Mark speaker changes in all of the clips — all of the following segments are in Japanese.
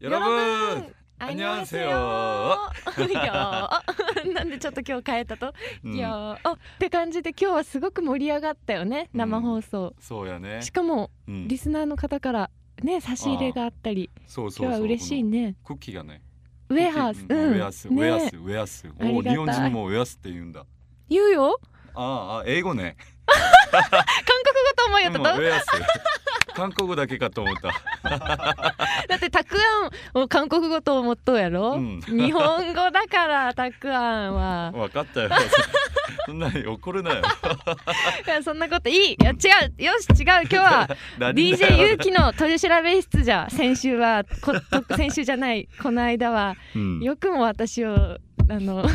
Speaker 1: 여러분안녕하세요
Speaker 2: い やーなんでちょっと今日変えたと、
Speaker 1: うん
Speaker 2: いやーあって感じで今日はすごく盛り上がったよね
Speaker 1: うん
Speaker 2: 生放送、
Speaker 1: そうやね
Speaker 2: し。かも
Speaker 1: うん
Speaker 2: リスナーの方からね差し入れがあったり
Speaker 1: そうそうそう。
Speaker 2: 今日は嬉しい
Speaker 1: こ
Speaker 2: ね
Speaker 1: のクッキーがね。
Speaker 2: ウェハース
Speaker 1: クッキ
Speaker 2: う
Speaker 1: ー
Speaker 2: ん
Speaker 1: ウェアス、ウ
Speaker 2: ね
Speaker 1: ェアス、ウェアス。
Speaker 2: あり
Speaker 1: お
Speaker 2: が
Speaker 1: お、
Speaker 2: たい
Speaker 1: 日本人もウェアスって言うんだ。
Speaker 2: 言うよ
Speaker 1: ああ、英語ね。
Speaker 2: 韓国語と思いよ
Speaker 1: 今
Speaker 2: った
Speaker 1: ウ
Speaker 2: と
Speaker 1: ェ アス。韓国だけかと思った。
Speaker 2: だってたくあんを韓国語と思っとうやろ、
Speaker 1: うん
Speaker 2: 日本語だからたくあ んは
Speaker 1: わかったよ。そんなに怒るなよ。
Speaker 2: いやそんなこといいいや違うよし違う今日は
Speaker 1: 何だ
Speaker 2: DJ ゆ
Speaker 1: よ
Speaker 2: うきの取り調べ室じゃ先週はこと先週じゃない この間は
Speaker 1: うん
Speaker 2: よくも私をあの、
Speaker 1: だ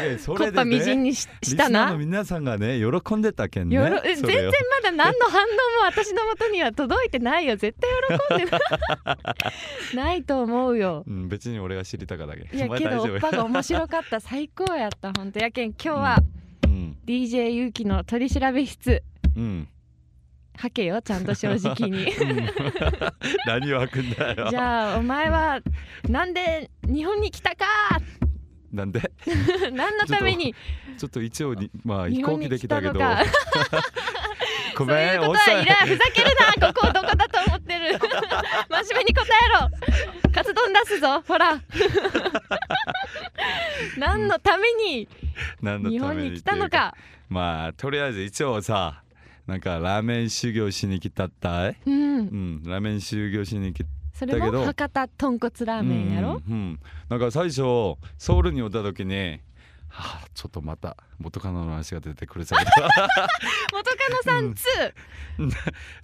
Speaker 1: けどそ
Speaker 2: コ
Speaker 1: れ
Speaker 2: ッパ
Speaker 1: で
Speaker 2: みじん
Speaker 1: ね。
Speaker 2: にし
Speaker 1: リス
Speaker 2: し
Speaker 1: ナ
Speaker 2: た
Speaker 1: ー
Speaker 2: な
Speaker 1: の皆さんがね喜んでたけんね。
Speaker 2: よろえ
Speaker 1: そ
Speaker 2: 全
Speaker 1: れ
Speaker 2: 然
Speaker 1: を
Speaker 2: まだ何の反応も私の元には届いてないよ絶対喜 んでないないと思うよ
Speaker 1: うん別に俺が知りたかだけ。
Speaker 2: いや
Speaker 1: お前
Speaker 2: け
Speaker 1: 大
Speaker 2: どお
Speaker 1: 丈
Speaker 2: っ
Speaker 1: 夫
Speaker 2: ぱが面白かった最高やった本当やけん今日は
Speaker 1: うん。
Speaker 2: DJ ゆうきの取り調べ室
Speaker 1: うん。
Speaker 2: はけよちゃんと正直に
Speaker 1: うん 何を開くんだよ
Speaker 2: じ。ゃあお前はなんで日本に来たか
Speaker 1: なんで
Speaker 2: 何のために
Speaker 1: ちょっと一応にまあ飛
Speaker 2: 日
Speaker 1: 行
Speaker 2: 本
Speaker 1: 機
Speaker 2: に
Speaker 1: で
Speaker 2: 来
Speaker 1: きた
Speaker 2: た
Speaker 1: け
Speaker 2: の
Speaker 1: ど
Speaker 2: か
Speaker 1: ご
Speaker 2: そう
Speaker 1: めん
Speaker 2: いうこと
Speaker 1: おっ
Speaker 2: は
Speaker 1: さん
Speaker 2: いらんふざけるな ここをどこだと思ってる真面目に答えろカツ丼出すぞ ほら何のために
Speaker 1: 何の
Speaker 2: 日
Speaker 1: た
Speaker 2: 本
Speaker 1: め
Speaker 2: に
Speaker 1: に
Speaker 2: 来たの
Speaker 1: っていう
Speaker 2: か
Speaker 1: まあとりあえず一応さなんかラーメン修行しに来たったい
Speaker 2: うん
Speaker 1: うんラーメン修行しに来た
Speaker 2: それ
Speaker 1: だけど
Speaker 2: も博多豚骨ラーメンやろ
Speaker 1: うん、うんなんか最初ソウルにおった時にはあちょっとまた元カノの話が出てくる さけど
Speaker 2: 元カノさんつ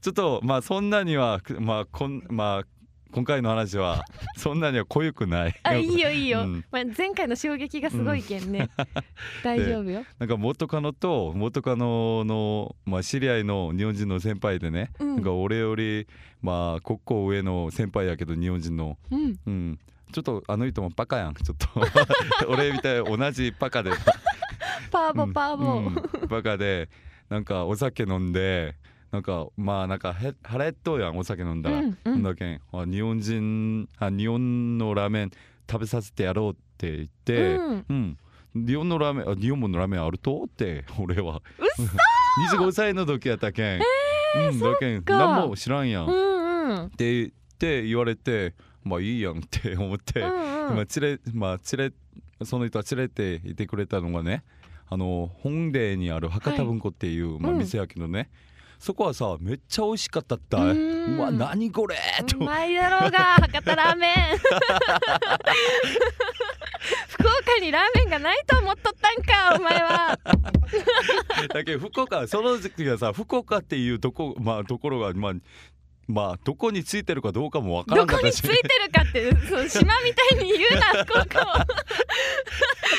Speaker 1: ちょっとまあそんなにはまあこんまあ今回の話はそんなには濃ゆくない
Speaker 2: あいいよいいよ、
Speaker 1: うん
Speaker 2: まあ、前回の衝撃がすごいけんね、大丈夫よ、
Speaker 1: なんか元カノと元カノの、まあ、知り合いの日本人の先輩でね、
Speaker 2: うん
Speaker 1: なんか俺より、まあ、国交上の先輩やけど日本人の、
Speaker 2: うん、
Speaker 1: うん、ちょっとあの人もバカやんちょっと 俺みたいに同じバカで
Speaker 2: パーボ
Speaker 1: うん
Speaker 2: パーボ、
Speaker 1: うんバカでなんかお酒飲んでなんかまあなんかへ腹減っとうやんお酒飲んだら、
Speaker 2: うんうん
Speaker 1: なんだけんあ日本人あ日本のラーメン食べさせてやろうって言って。
Speaker 2: うん
Speaker 1: うん、日本のラーメンあ日本ものラーメンあるとって 俺はうそ25歳の時やったけん、うん、だけん
Speaker 2: か
Speaker 1: 何も知らんやん、
Speaker 2: う
Speaker 1: っ
Speaker 2: んうん
Speaker 1: て言って言われてまあいいやんって 思って、
Speaker 2: うんうん
Speaker 1: まあ連れまあ連れその人は連れていてくれたのがねあの本殿にある博多文庫っていう、まあ、
Speaker 2: うん
Speaker 1: 店やけどね、そこはさめっちゃ美味しかったった
Speaker 2: う
Speaker 1: い
Speaker 2: ーん
Speaker 1: うわ何これ
Speaker 2: う
Speaker 1: と
Speaker 2: まいだろうが博多ラー メン福岡にラーメンがないと思っとったんかお前は
Speaker 1: だけど福岡その時期はさ福岡っていうとこまあところがまあまあどこについてるかどうかもわから
Speaker 2: ど
Speaker 1: んかっ
Speaker 2: こ
Speaker 1: た
Speaker 2: に
Speaker 1: し
Speaker 2: ついてるかってその島みたいに言う な福岡を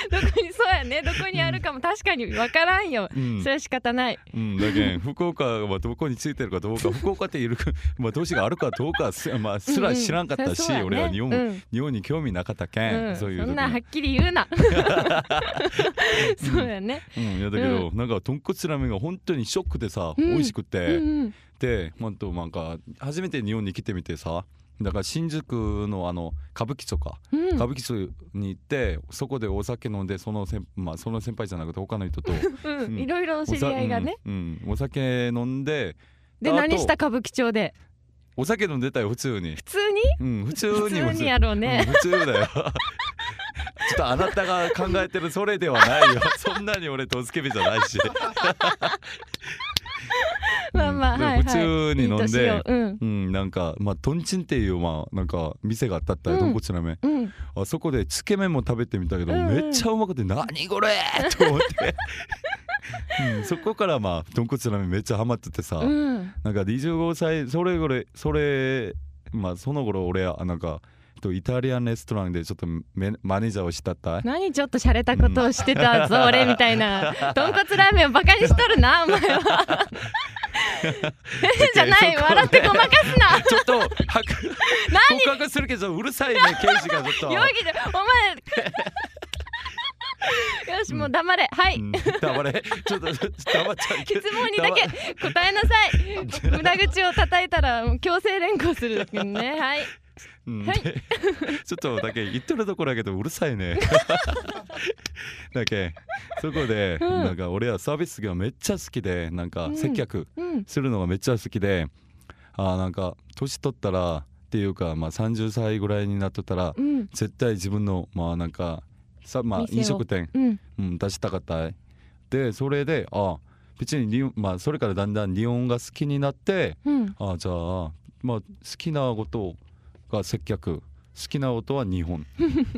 Speaker 2: どこにそうやねどこにあるかも確かに分からんよ、
Speaker 1: うん
Speaker 2: それは仕方ない
Speaker 1: うん、だけん福岡はどこについてるかどうか福岡っているかまあ都市があるかどうかす,、まあ、すら知らんかったし、
Speaker 2: うんうんそり
Speaker 1: 俺
Speaker 2: ゃそうやね
Speaker 1: は日本、
Speaker 2: うん
Speaker 1: 日本に興味なかったけん、
Speaker 2: うん、
Speaker 1: そういう時
Speaker 2: そ
Speaker 1: に
Speaker 2: んなはっきり言う なそうやね、
Speaker 1: うん、いやだけど、なんか豚骨ラーメンが本当にショックでさ、
Speaker 2: うん
Speaker 1: 美味しく
Speaker 2: う
Speaker 1: て、
Speaker 2: んうん、
Speaker 1: でほんとなんか初めて日本に来てみてさだから新宿のあの歌舞伎とか
Speaker 2: うん
Speaker 1: 歌舞伎町に行ってそこでお酒飲んでその先,、まあ、その先輩じゃなくて他の人と
Speaker 2: うん
Speaker 1: うん
Speaker 2: いろいろお 知り合いがね、
Speaker 1: お,、うんうんお酒飲んで
Speaker 2: で
Speaker 1: あと
Speaker 2: 何した歌舞伎町で
Speaker 1: お酒飲んでたよ普通 に、
Speaker 2: 普通に
Speaker 1: うん、普通に
Speaker 2: 普通にやろうね、
Speaker 1: うん普通だよ ちょっとあなたが考えてるそれではない よそんなに俺とつけ火じゃないし
Speaker 2: まあまあ
Speaker 1: うんで
Speaker 2: はいはい
Speaker 1: 普通に飲ん
Speaker 2: いい年
Speaker 1: で
Speaker 2: をうん
Speaker 1: うん、なんかまあとんちんっていうまあなんか店があったったよ
Speaker 2: うん
Speaker 1: 豚骨ラーメン
Speaker 2: うん
Speaker 1: あそこでつけ麺も食べてみたけど、
Speaker 2: うんうん
Speaker 1: めっちゃうまくて何これと思 って、うん、そこからまあ豚骨ラーメンめっちゃハマっててさ、
Speaker 2: うん
Speaker 1: なんか25歳それぐらいそれまあその頃俺はなんかとイタリアンレストランでちょっとめマネージャーをしたったい
Speaker 2: 何ちょっと洒落たことをして たぞ、俺みたいな豚骨ラーメンをバカにしとるなお前は じゃない
Speaker 1: そこ
Speaker 2: 笑ってごまかすな
Speaker 1: ちょっとはく告白するけどうるさいね刑事が ちょっと
Speaker 2: 容疑でお 前よしもう黙れは
Speaker 1: う
Speaker 2: い
Speaker 1: ん、黙れちょっとちょっと黙っちゃうけど
Speaker 2: 質問にだけ 答えなさい無駄口を叩いたら強制連行するねはい
Speaker 1: うん
Speaker 2: はい
Speaker 1: で ちょっとだけ言っとるところやけどうるさい ねだけそこで、
Speaker 2: うん
Speaker 1: なんか俺はサービスがめっちゃ好きでなんか
Speaker 2: うん
Speaker 1: 接客
Speaker 2: うん
Speaker 1: するのがめっちゃ好きで、あーなんか年取ったらっていうか、まあ、30歳ぐらいになっとったら
Speaker 2: うん
Speaker 1: 絶対自分のまあなんかさ、まあ、
Speaker 2: 店を
Speaker 1: 飲食店、
Speaker 2: うん
Speaker 1: うん、出したかったいでそれであー別に日本、まあ、それからだんだん日本が好きになって
Speaker 2: うん
Speaker 1: あじゃあまあ好きなことが接客好きなことは日 本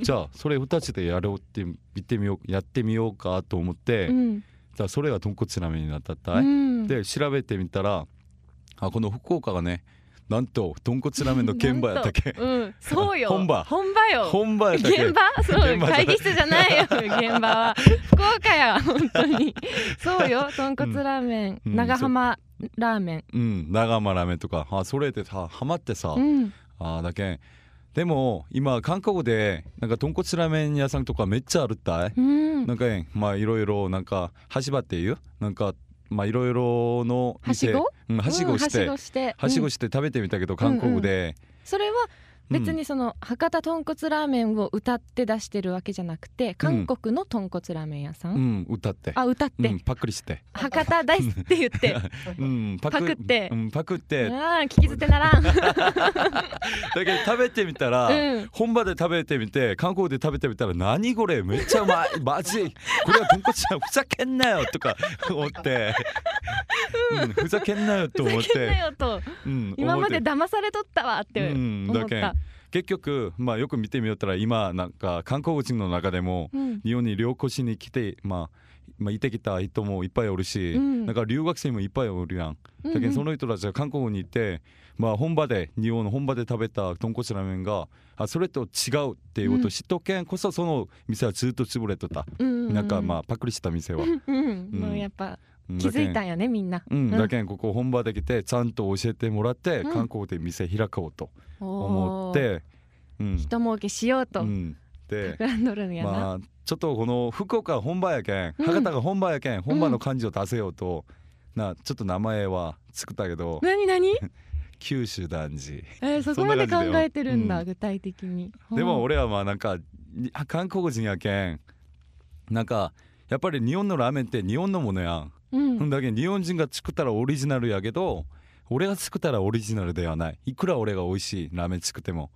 Speaker 1: じゃあそれ二つでやろうって言ってみようやってみようかと思って、
Speaker 2: うん
Speaker 1: じゃあそれが豚骨ラーメンになったった
Speaker 2: う
Speaker 1: い、
Speaker 2: ん
Speaker 1: で調べてみたらあこの福岡がねなんと豚骨ラーメンの現場やったっけ
Speaker 2: うんそうよ
Speaker 1: 本場
Speaker 2: 本場よ
Speaker 1: 本場やったっけ
Speaker 2: 現場そう
Speaker 1: 現場じゃない
Speaker 2: 会議室じゃないよ現場は福岡や本当にそうよ豚骨ラーメン、
Speaker 1: うん
Speaker 2: 長浜ラーメン
Speaker 1: うん長浜ラーメンとかあそれでさハマってさ、
Speaker 2: うん
Speaker 1: あだけんでも今韓国でなんか豚骨ラーメン屋さんとかめっちゃあるったい
Speaker 2: うん
Speaker 1: なんかねまあいろいろなんかはしばっていうなんかまあいろいろの
Speaker 2: はしご
Speaker 1: うんはしごし
Speaker 2: うんはし
Speaker 1: て
Speaker 2: ごして
Speaker 1: はし
Speaker 2: う
Speaker 1: ご
Speaker 2: ん
Speaker 1: して食べてみたけど韓国で
Speaker 2: それは
Speaker 1: うん
Speaker 2: 別にその博多豚骨ラーメンを歌って出してるわけじゃなくて韓国の豚骨ラーメン屋さん、
Speaker 1: うん歌って
Speaker 2: あ歌っ
Speaker 1: う
Speaker 2: て、
Speaker 1: んパクリして
Speaker 2: 博多大好きって言 って
Speaker 1: うんパ
Speaker 2: パクって
Speaker 1: うんパクって
Speaker 2: ああ聞き捨て ならん、
Speaker 1: だけど食べてみたら
Speaker 2: うん、
Speaker 1: 本場で食べてみて韓国で食べてみたら何これめっちゃう まいマジこれは豚骨じゃんふざけんなよとか思って、うん、ふざけんなよと
Speaker 2: ふざ
Speaker 1: 思っ
Speaker 2: けんな
Speaker 1: て、
Speaker 2: よと
Speaker 1: うん、
Speaker 2: 今
Speaker 1: 思
Speaker 2: ま
Speaker 1: って
Speaker 2: で騙されとったわって
Speaker 1: うん
Speaker 2: 思
Speaker 1: だ
Speaker 2: っ
Speaker 1: け
Speaker 2: た
Speaker 1: ん、結局、まあ、よく見てみよったら今なんか韓国人の中でも
Speaker 2: うん
Speaker 1: 日本に旅行しに来て、まあ、まあいてきた人もいっぱいおるし、
Speaker 2: うん
Speaker 1: なんか留学生もいっぱいおるやん。
Speaker 2: うん
Speaker 1: だけどその人たちが韓国に行って、まあ、本場で日本の本場で食べた豚骨ラーメンがあそれと違うっていうこと
Speaker 2: う
Speaker 1: を
Speaker 2: ん
Speaker 1: 知っとけんこそその店はずっと潰れとった、なんかまあパクリした店は。
Speaker 2: あ、うん
Speaker 1: うん
Speaker 2: もうやっぱ
Speaker 1: うん
Speaker 2: 気
Speaker 1: だけ
Speaker 2: づ
Speaker 1: ん
Speaker 2: いたんやねみんな、
Speaker 1: うん、だけんここ本場で来てちゃんと教えてもらって
Speaker 2: うん
Speaker 1: 韓国で店開こうと思
Speaker 2: 思
Speaker 1: って、うん、
Speaker 2: 一儲けしようと
Speaker 1: うん、で
Speaker 2: 企んどるんやな、
Speaker 1: まあちょっとこの福岡本場やけん
Speaker 2: うん
Speaker 1: 博多が本場やけん、本場の漢字を出せようと、なちょっと名前は作ったけど
Speaker 2: なに なに、
Speaker 1: 九州男児
Speaker 2: えー、そこま
Speaker 1: そんな
Speaker 2: で考
Speaker 1: 感じだよ
Speaker 2: えてるんだ、
Speaker 1: うん
Speaker 2: 具体的に
Speaker 1: でも俺はまあなんかにあ韓国人やけんなんかやっぱり日本のラーメンって日本のものやん、
Speaker 2: うん、うん
Speaker 1: だけど日本人が作ったらオリジナルやけど俺が作ったらオリジナルではないいくら俺が美味しいラーメン作っても、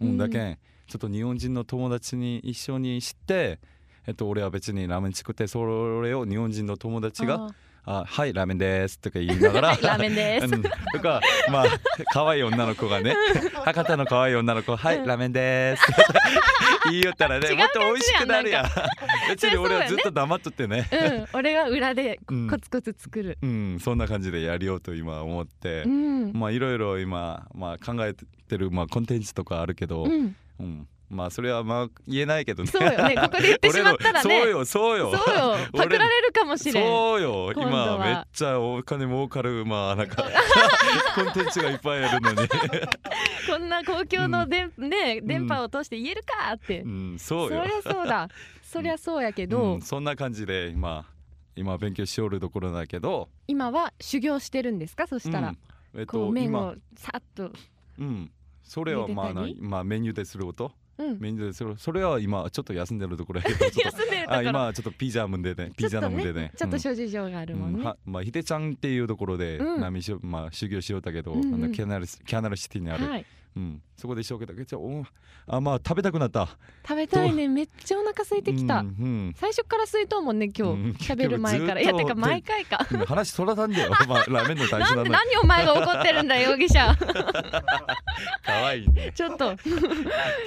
Speaker 1: うん
Speaker 2: うん
Speaker 1: だけんちょっと日本人の友達に一緒にしてえっと俺は別にラーメン作ってそれを日本人の友達が「あはいラーメンです」とか言いながら
Speaker 2: あーラーメンで
Speaker 1: う
Speaker 2: す
Speaker 1: ん、とかまあ可愛い女の子がね博多の可愛い女の子「はい、
Speaker 2: うん
Speaker 1: ラーメンです」言いよったらね
Speaker 2: 違う
Speaker 1: もっと美味しくなるやん別に俺はずっと黙っとってね
Speaker 2: うん、俺が裏で
Speaker 1: うん
Speaker 2: コツコツ作る。
Speaker 1: うんそんな感じでやりようと今思って
Speaker 2: う、ん、
Speaker 1: まあいろいろ今、まあ、考えてる、まあ、コンテンツとかあるけど、
Speaker 2: う
Speaker 1: うん
Speaker 2: ん、
Speaker 1: まあそれはまあ言えないけどね
Speaker 2: そうよね、ここで言ってしまったら ね。
Speaker 1: 俺のそうよそうよ
Speaker 2: そうよパクられるかもしれん。
Speaker 1: そうよ
Speaker 2: 今度
Speaker 1: 今
Speaker 2: は
Speaker 1: めっちゃお金儲かるまあなん かコンテンツがいっぱいあるのに、
Speaker 2: こんな公共ので、ね、
Speaker 1: ん
Speaker 2: 電波を通して言えるかって。
Speaker 1: うん、そう
Speaker 2: そ
Speaker 1: よ
Speaker 2: りゃそうだ。そりゃそうやけど、
Speaker 1: うん、そんな感じで今今勉強しておるところだけど
Speaker 2: 今は修行してるんですか、そしたら。
Speaker 1: うん、えっ
Speaker 2: ことう麺
Speaker 1: 今
Speaker 2: をさっと。
Speaker 1: うんそれはまあ
Speaker 2: 茹でた
Speaker 1: な
Speaker 2: り
Speaker 1: まあメニューでする音
Speaker 2: うん。
Speaker 1: メニューでするそれは今ちょっと休んでるところやけどちょっと
Speaker 2: 休んでるとこ
Speaker 1: あ
Speaker 2: ろ。
Speaker 1: 今はちょっとピザもんでねピザのもんでね
Speaker 2: ちょっと
Speaker 1: ょ
Speaker 2: 諸事情があるもんね。
Speaker 1: まあひでちゃんっていうところで、
Speaker 2: うん
Speaker 1: なみしょまあ修行しようだけど、
Speaker 2: うんうん
Speaker 1: あのキャナルスキャナルシティにある、
Speaker 2: はい。
Speaker 1: うん、そこでしょうけどじゃあおあまあ食べたくなった
Speaker 2: 食べたいね、めっちゃお腹空いてきた。
Speaker 1: うんうん
Speaker 2: 最初から空いとんもんね、今
Speaker 1: うん
Speaker 2: 日。喋る前から。い
Speaker 1: 結
Speaker 2: や、
Speaker 1: 局ずっと
Speaker 2: てか、毎回か。
Speaker 1: 今話そらたん だよ、まあ、ラーメンの大事
Speaker 2: なん
Speaker 1: な
Speaker 2: で
Speaker 1: の
Speaker 2: 何お前が怒ってるん だ容疑者
Speaker 1: かわいいね
Speaker 2: ちょっと
Speaker 1: ちょ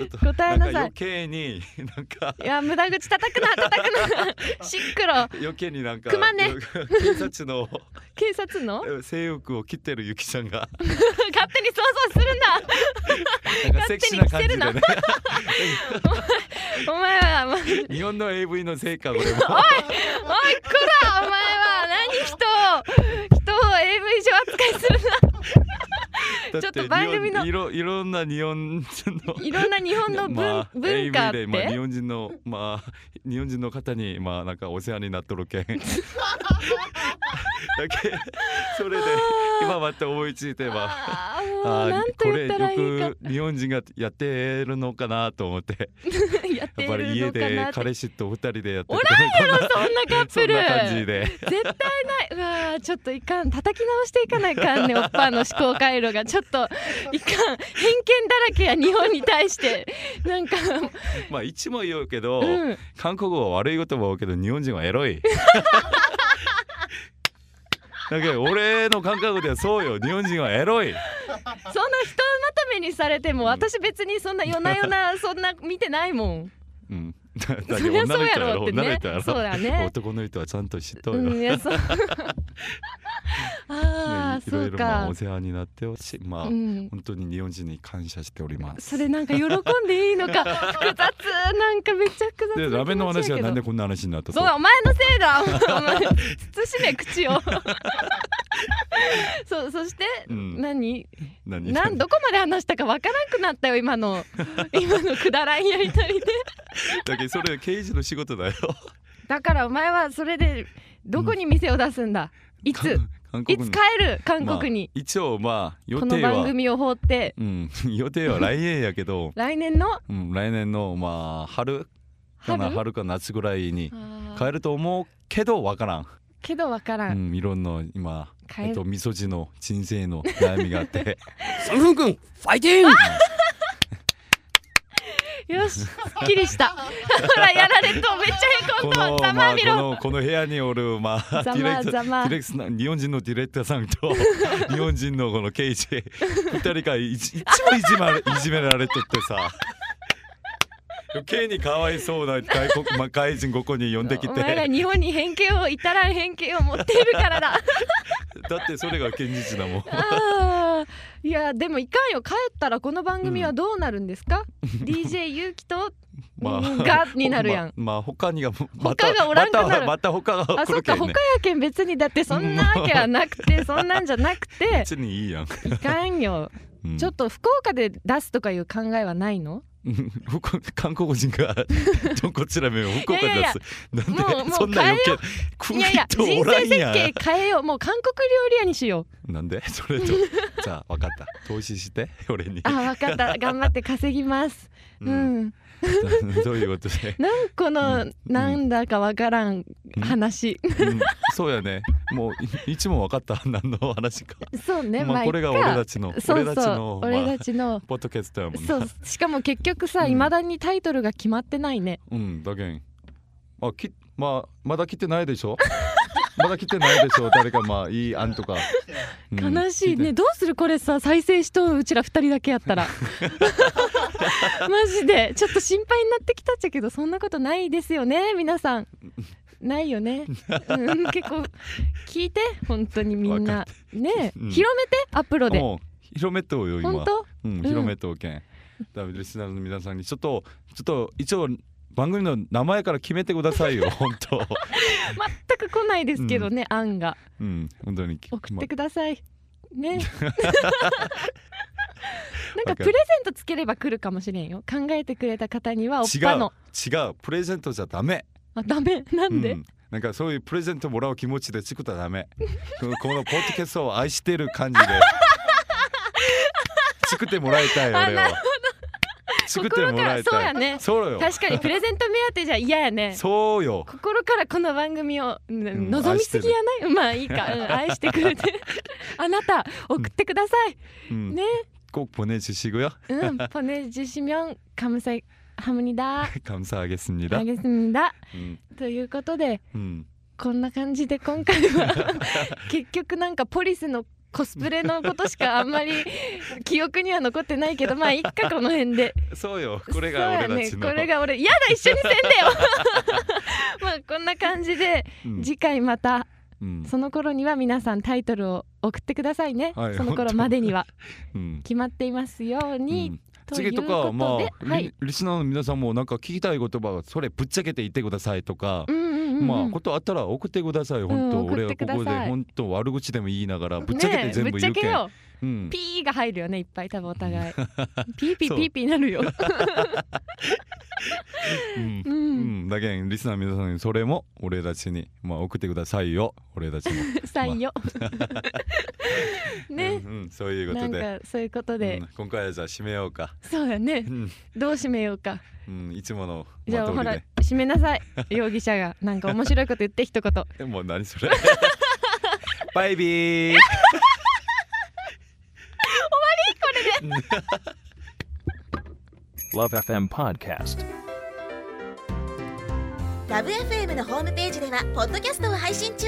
Speaker 1: っと
Speaker 2: 答えなさい
Speaker 1: んか余計になん か
Speaker 2: いや無駄口叩くな叩くな しっくろ
Speaker 1: 余計になんか
Speaker 2: 熊ね
Speaker 1: 警察の
Speaker 2: 警察の
Speaker 1: 制服を着てるゆきちゃん が
Speaker 2: 勝手に想像する
Speaker 1: なんかセクシーな感じでね
Speaker 2: 勝なお前はおいこ
Speaker 1: 日本の AV のせいかこれも
Speaker 2: らお前は何人を人を AV 上扱いする
Speaker 1: だ
Speaker 2: ちょっと番組の
Speaker 1: 日本いろいろんな日本人の
Speaker 2: ないろんな日本の文,、
Speaker 1: まあ
Speaker 2: 文化って、
Speaker 1: AV で、まあ、日本人の まあ日本人の方にまあなんかお世話になっとるけんだけそれで今また思いついてば
Speaker 2: あーも
Speaker 1: あー
Speaker 2: うなん
Speaker 1: こと
Speaker 2: 言
Speaker 1: れ
Speaker 2: ったらいいか
Speaker 1: よく日本人がやってるのかなと思って
Speaker 2: やって
Speaker 1: やっ
Speaker 2: る
Speaker 1: ぱり家
Speaker 2: のか
Speaker 1: で
Speaker 2: なって
Speaker 1: 彼氏と二人でやって
Speaker 2: お
Speaker 1: らんや
Speaker 2: そんなカッ
Speaker 1: そ
Speaker 2: プ
Speaker 1: ん
Speaker 2: ル
Speaker 1: な感じで
Speaker 2: 絶対ないうわーちょっといかん叩き直していかないかんねおっぱの思考回路がちょっといかん偏見だらけや日本に対してなんか
Speaker 1: まあ一も言うけど、
Speaker 2: うん
Speaker 1: 韓国語は悪い言葉多いけど日本人はエロいだけど俺の感覚ではそうよ日本人はエロい
Speaker 2: そんなひとまとめにされても私別にそんな夜な夜 なそんな見てないもん
Speaker 1: うんだだって
Speaker 2: そりゃ
Speaker 1: 女
Speaker 2: そ
Speaker 1: の
Speaker 2: うや
Speaker 1: 人はエ
Speaker 2: ろ
Speaker 1: ロ
Speaker 2: って
Speaker 1: 女の
Speaker 2: ね
Speaker 1: 人はエロ
Speaker 2: そうだね
Speaker 1: 男の人はちゃんと知っとう
Speaker 2: う
Speaker 1: よ、
Speaker 2: んい やそう
Speaker 1: ね
Speaker 2: ああ
Speaker 1: い
Speaker 2: そ
Speaker 1: ろ
Speaker 2: う
Speaker 1: いろまあ
Speaker 2: か
Speaker 1: お世話になってほしいまあ、
Speaker 2: うん
Speaker 1: 本当に日本人に感謝しております
Speaker 2: それなんか喜んでいいの か複雑なんかめっちゃ複雑
Speaker 1: で
Speaker 2: な気持ちやけど
Speaker 1: ラベンの話がなんでこんな話になった
Speaker 2: そう
Speaker 1: と
Speaker 2: だお前のせいだお前慎め 口をそうそして、
Speaker 1: うん
Speaker 2: 何
Speaker 1: 何
Speaker 2: なんどこまで話したかわからなくなったよ今の今のくだらんやりとりで
Speaker 1: だけどそれ刑事の仕事だよ
Speaker 2: だからお前はそれでどこに店を出すんだ、いつ
Speaker 1: 韓韓
Speaker 2: い
Speaker 1: 国
Speaker 2: つ
Speaker 1: に
Speaker 2: 帰る韓国に、
Speaker 1: まあ、一応まあ予
Speaker 2: この
Speaker 1: 定
Speaker 2: 番
Speaker 1: は
Speaker 2: 組を放って
Speaker 1: うん 予定は来年やけど
Speaker 2: 来年の
Speaker 1: うん、来年のまあ春かな
Speaker 2: 春
Speaker 1: 春か夏ぐらいに
Speaker 2: あー
Speaker 1: 帰ると思うけどわからん、
Speaker 2: けどわから、
Speaker 1: うんん、いろんな今、
Speaker 2: 帰
Speaker 1: えっ
Speaker 2: る
Speaker 1: と、みそじの人生の悩みがあって
Speaker 3: 상훈군 파이팅!
Speaker 2: よしすっきりしたほらやられとめっちゃへこ
Speaker 1: こ
Speaker 2: んだ
Speaker 1: の,、
Speaker 2: ざ
Speaker 1: ま
Speaker 2: ま
Speaker 1: あ、
Speaker 2: 見
Speaker 1: こ
Speaker 2: ろ
Speaker 1: のこの部屋におる、まあ、デ
Speaker 2: ざ
Speaker 1: ィレ
Speaker 2: ま
Speaker 1: クター
Speaker 2: ざま
Speaker 1: ディレクター日本人のディレクターさんと 日本人のこの刑事二人がいちいつもいじまいじめられとって さ余計にかわいそうな外国、まあ、外人ここに呼んでき
Speaker 2: お
Speaker 1: て
Speaker 2: 前ら日本に偏見を至らん偏見を持っているか らだ
Speaker 1: だってそれが現実だもん。
Speaker 2: あーいやでもいかんよ帰ったらこの番組はどうなるんで すか、DJ ゆうきと、うんがになるやん、
Speaker 1: まあ、まあ他にがもま
Speaker 2: 他がおらんくなる
Speaker 1: またまた他が
Speaker 2: あ
Speaker 1: 来
Speaker 2: そっ
Speaker 1: るけ
Speaker 2: か
Speaker 1: ん
Speaker 2: 他や
Speaker 1: ね
Speaker 2: けん別にだってそんなわけはなく てそんなんじゃなくて
Speaker 1: 別にいいやん、
Speaker 2: いかんよ
Speaker 1: うん
Speaker 2: ちょっと福岡で出すとかいう考えはないの
Speaker 1: うん僕韓国人が ちょこちらめを福岡で
Speaker 2: いやいや
Speaker 1: 出すなんで
Speaker 2: もうもう
Speaker 1: そんな余計
Speaker 2: いやいや
Speaker 1: 空気と
Speaker 2: 人
Speaker 1: おら
Speaker 2: 生
Speaker 1: ん
Speaker 2: 設
Speaker 1: やん
Speaker 2: 計変えようもう韓国料理屋にしよ う
Speaker 1: なんでそれとじゃあ分かった投資して俺に
Speaker 2: あーわかった頑張って稼ぎます
Speaker 1: う
Speaker 2: うんん
Speaker 1: そういうことで、
Speaker 2: なんこの
Speaker 1: うん
Speaker 2: なんだかわからん話、
Speaker 1: うんそうやねもういいつも分かった何の話か、
Speaker 2: そうね、
Speaker 1: まあ、これが俺た
Speaker 2: ち
Speaker 1: ちの
Speaker 2: そう
Speaker 1: 俺たち
Speaker 2: そ
Speaker 1: の、
Speaker 2: う
Speaker 1: ま
Speaker 2: 俺
Speaker 1: あ、
Speaker 2: たちの、
Speaker 1: ポッドキャストやもんな
Speaker 2: そうしかも結局さ
Speaker 1: うん
Speaker 2: いま、未だにタイトルが決まってないね
Speaker 1: うん、だけん。まあ、き、まあ、まだ来てないでしょ まだ来てないでしょ誰か、まあ、いい案とか。うん
Speaker 2: 悲しいね。どうするこれさ再生しとううちら二人だけ やったらマジでちょっと心配になってきたっちゃけどそんなことないですよね皆さんないよね、うん、結構聞いて本当にみん
Speaker 1: わ
Speaker 2: なね、
Speaker 1: うん
Speaker 2: 広めてアプロで
Speaker 1: もう、広めとうよ、
Speaker 2: 本
Speaker 1: 今。
Speaker 2: 当
Speaker 1: うん、広めとうけん。だ、リスナーの皆さんに、ちょっと、ちょっと、一応。番組の名前から決めてくださいよ、本当。
Speaker 2: 全く来ないですけどね、案が
Speaker 1: うん、本当に。
Speaker 2: 送っ
Speaker 1: ま
Speaker 2: てください。 ね。
Speaker 1: わか
Speaker 2: なん
Speaker 1: る
Speaker 2: かプレゼントつければ来るかもしれんよ。考えてくれた方にはおっぱの。
Speaker 1: 違う、違う、プレゼントじゃダメ。
Speaker 2: あダメなんで、
Speaker 1: うんなんかそういうプレゼントもらう気持ちで作ったらダメこのこのポッドキャストを愛してる感じで作ってもらいたい
Speaker 2: あ
Speaker 1: 俺
Speaker 2: な
Speaker 1: は
Speaker 2: る
Speaker 1: 作ってもらい
Speaker 2: 心からそう
Speaker 1: た
Speaker 2: や
Speaker 1: い
Speaker 2: ね
Speaker 1: そうよ
Speaker 2: 確かにプレゼント目当てじゃ嫌やね。
Speaker 1: そうよ
Speaker 2: 心からこの番組を、うん
Speaker 1: ん
Speaker 2: 望みすぎやないうんまあいいか、うん愛してく れてあなた送ってください、
Speaker 1: うん
Speaker 2: ね
Speaker 1: 음. 꼭 보내주시고요
Speaker 2: うんポネジシミョンカムサイハムニダ
Speaker 1: 감사하겠습니다
Speaker 2: あげすんだ
Speaker 1: 음,
Speaker 2: ということで
Speaker 1: 음.
Speaker 2: こんな感じで今回 は結局なんかポリスのコスプレのことしかあんまり記憶には残ってないけどまあいっかこの辺で
Speaker 1: そうよこれが
Speaker 2: そうやね
Speaker 1: 俺たちの
Speaker 2: これが俺やだ一緒にせんでよ まあこんな感じで
Speaker 1: 음,
Speaker 2: 次回また
Speaker 1: 음,
Speaker 2: その頃には皆さんタイトルを送ってくださいね、
Speaker 1: はい
Speaker 2: その頃までには
Speaker 1: 음, 뭐
Speaker 2: 決まっていますよう
Speaker 1: 음.
Speaker 2: に、という
Speaker 1: 次
Speaker 2: こと
Speaker 1: か
Speaker 2: とで
Speaker 1: まあ、
Speaker 2: はい
Speaker 1: リ、リスナーの皆さんもなんか聞きたい言葉はそれぶっちゃけて言ってくださいとか、
Speaker 2: うんうんうんうん
Speaker 1: まあことあったら送ってください本当、
Speaker 2: うん
Speaker 1: 俺
Speaker 2: 送
Speaker 1: は
Speaker 2: って
Speaker 1: こ
Speaker 2: ください
Speaker 1: こで本当悪口でも言いながらぶっちゃけて全
Speaker 2: ね
Speaker 1: 部
Speaker 2: えぶ
Speaker 1: 言
Speaker 2: っ
Speaker 1: う
Speaker 2: ち
Speaker 1: け
Speaker 2: ゃけ
Speaker 1: ん、
Speaker 2: よ
Speaker 1: うん、
Speaker 2: ピーが入るよねいっぱい多分お互いピーピ
Speaker 1: そ
Speaker 2: ー
Speaker 1: う
Speaker 2: ピーピーなるよ
Speaker 1: うん
Speaker 2: う、
Speaker 1: うんん、だけんリスナーの皆さんにそれも俺たちに、まあ、送ってくださいよ俺たちも
Speaker 2: 採用 ね、
Speaker 1: うんうんそういうこ
Speaker 2: な
Speaker 1: と
Speaker 2: ん
Speaker 1: で、
Speaker 2: かそういうことで、
Speaker 1: うん今回はじゃあ締めようか、
Speaker 2: そうだね
Speaker 1: うん
Speaker 2: どう締めようか
Speaker 1: うん、いつもの、
Speaker 2: じゃ
Speaker 1: ま
Speaker 2: あ
Speaker 1: あ、通
Speaker 2: ほ
Speaker 1: り
Speaker 2: ら
Speaker 1: で
Speaker 2: 締めなさい容疑者がなんか面白いこと言って一言
Speaker 1: えもう何 それバイビー終わりこれで
Speaker 4: Love FM Podcast.
Speaker 5: ラブ f m のホームページではポッドキャストを配信中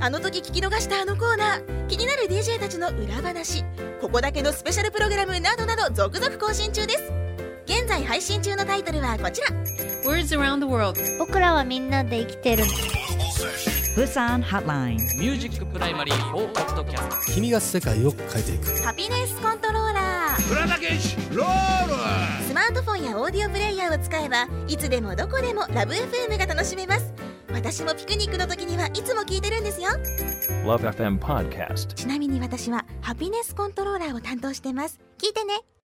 Speaker 5: あの時聞き逃したあのコーナー気になる DJ たちの裏話ここだけのスペシャルプログラムなどなど続々更新中です現在配信中のタイトルはこちら
Speaker 6: Words around the world.
Speaker 7: 僕らはみんなで生きてる
Speaker 8: Busan Hotline.
Speaker 3: ミュージックプライマリーフォーカットキャス
Speaker 9: 君が世界を変えていく
Speaker 5: ハピネスコントローラースマートフォンやオーディオプレイヤーを使えばいつでもどこでもラブ f m が楽しめます私もピクニックの時にはいつも聞いてるんですよ
Speaker 4: Love FM Podcast.
Speaker 5: ちなみに私はハピネスコントローラーを担当してます聞いてね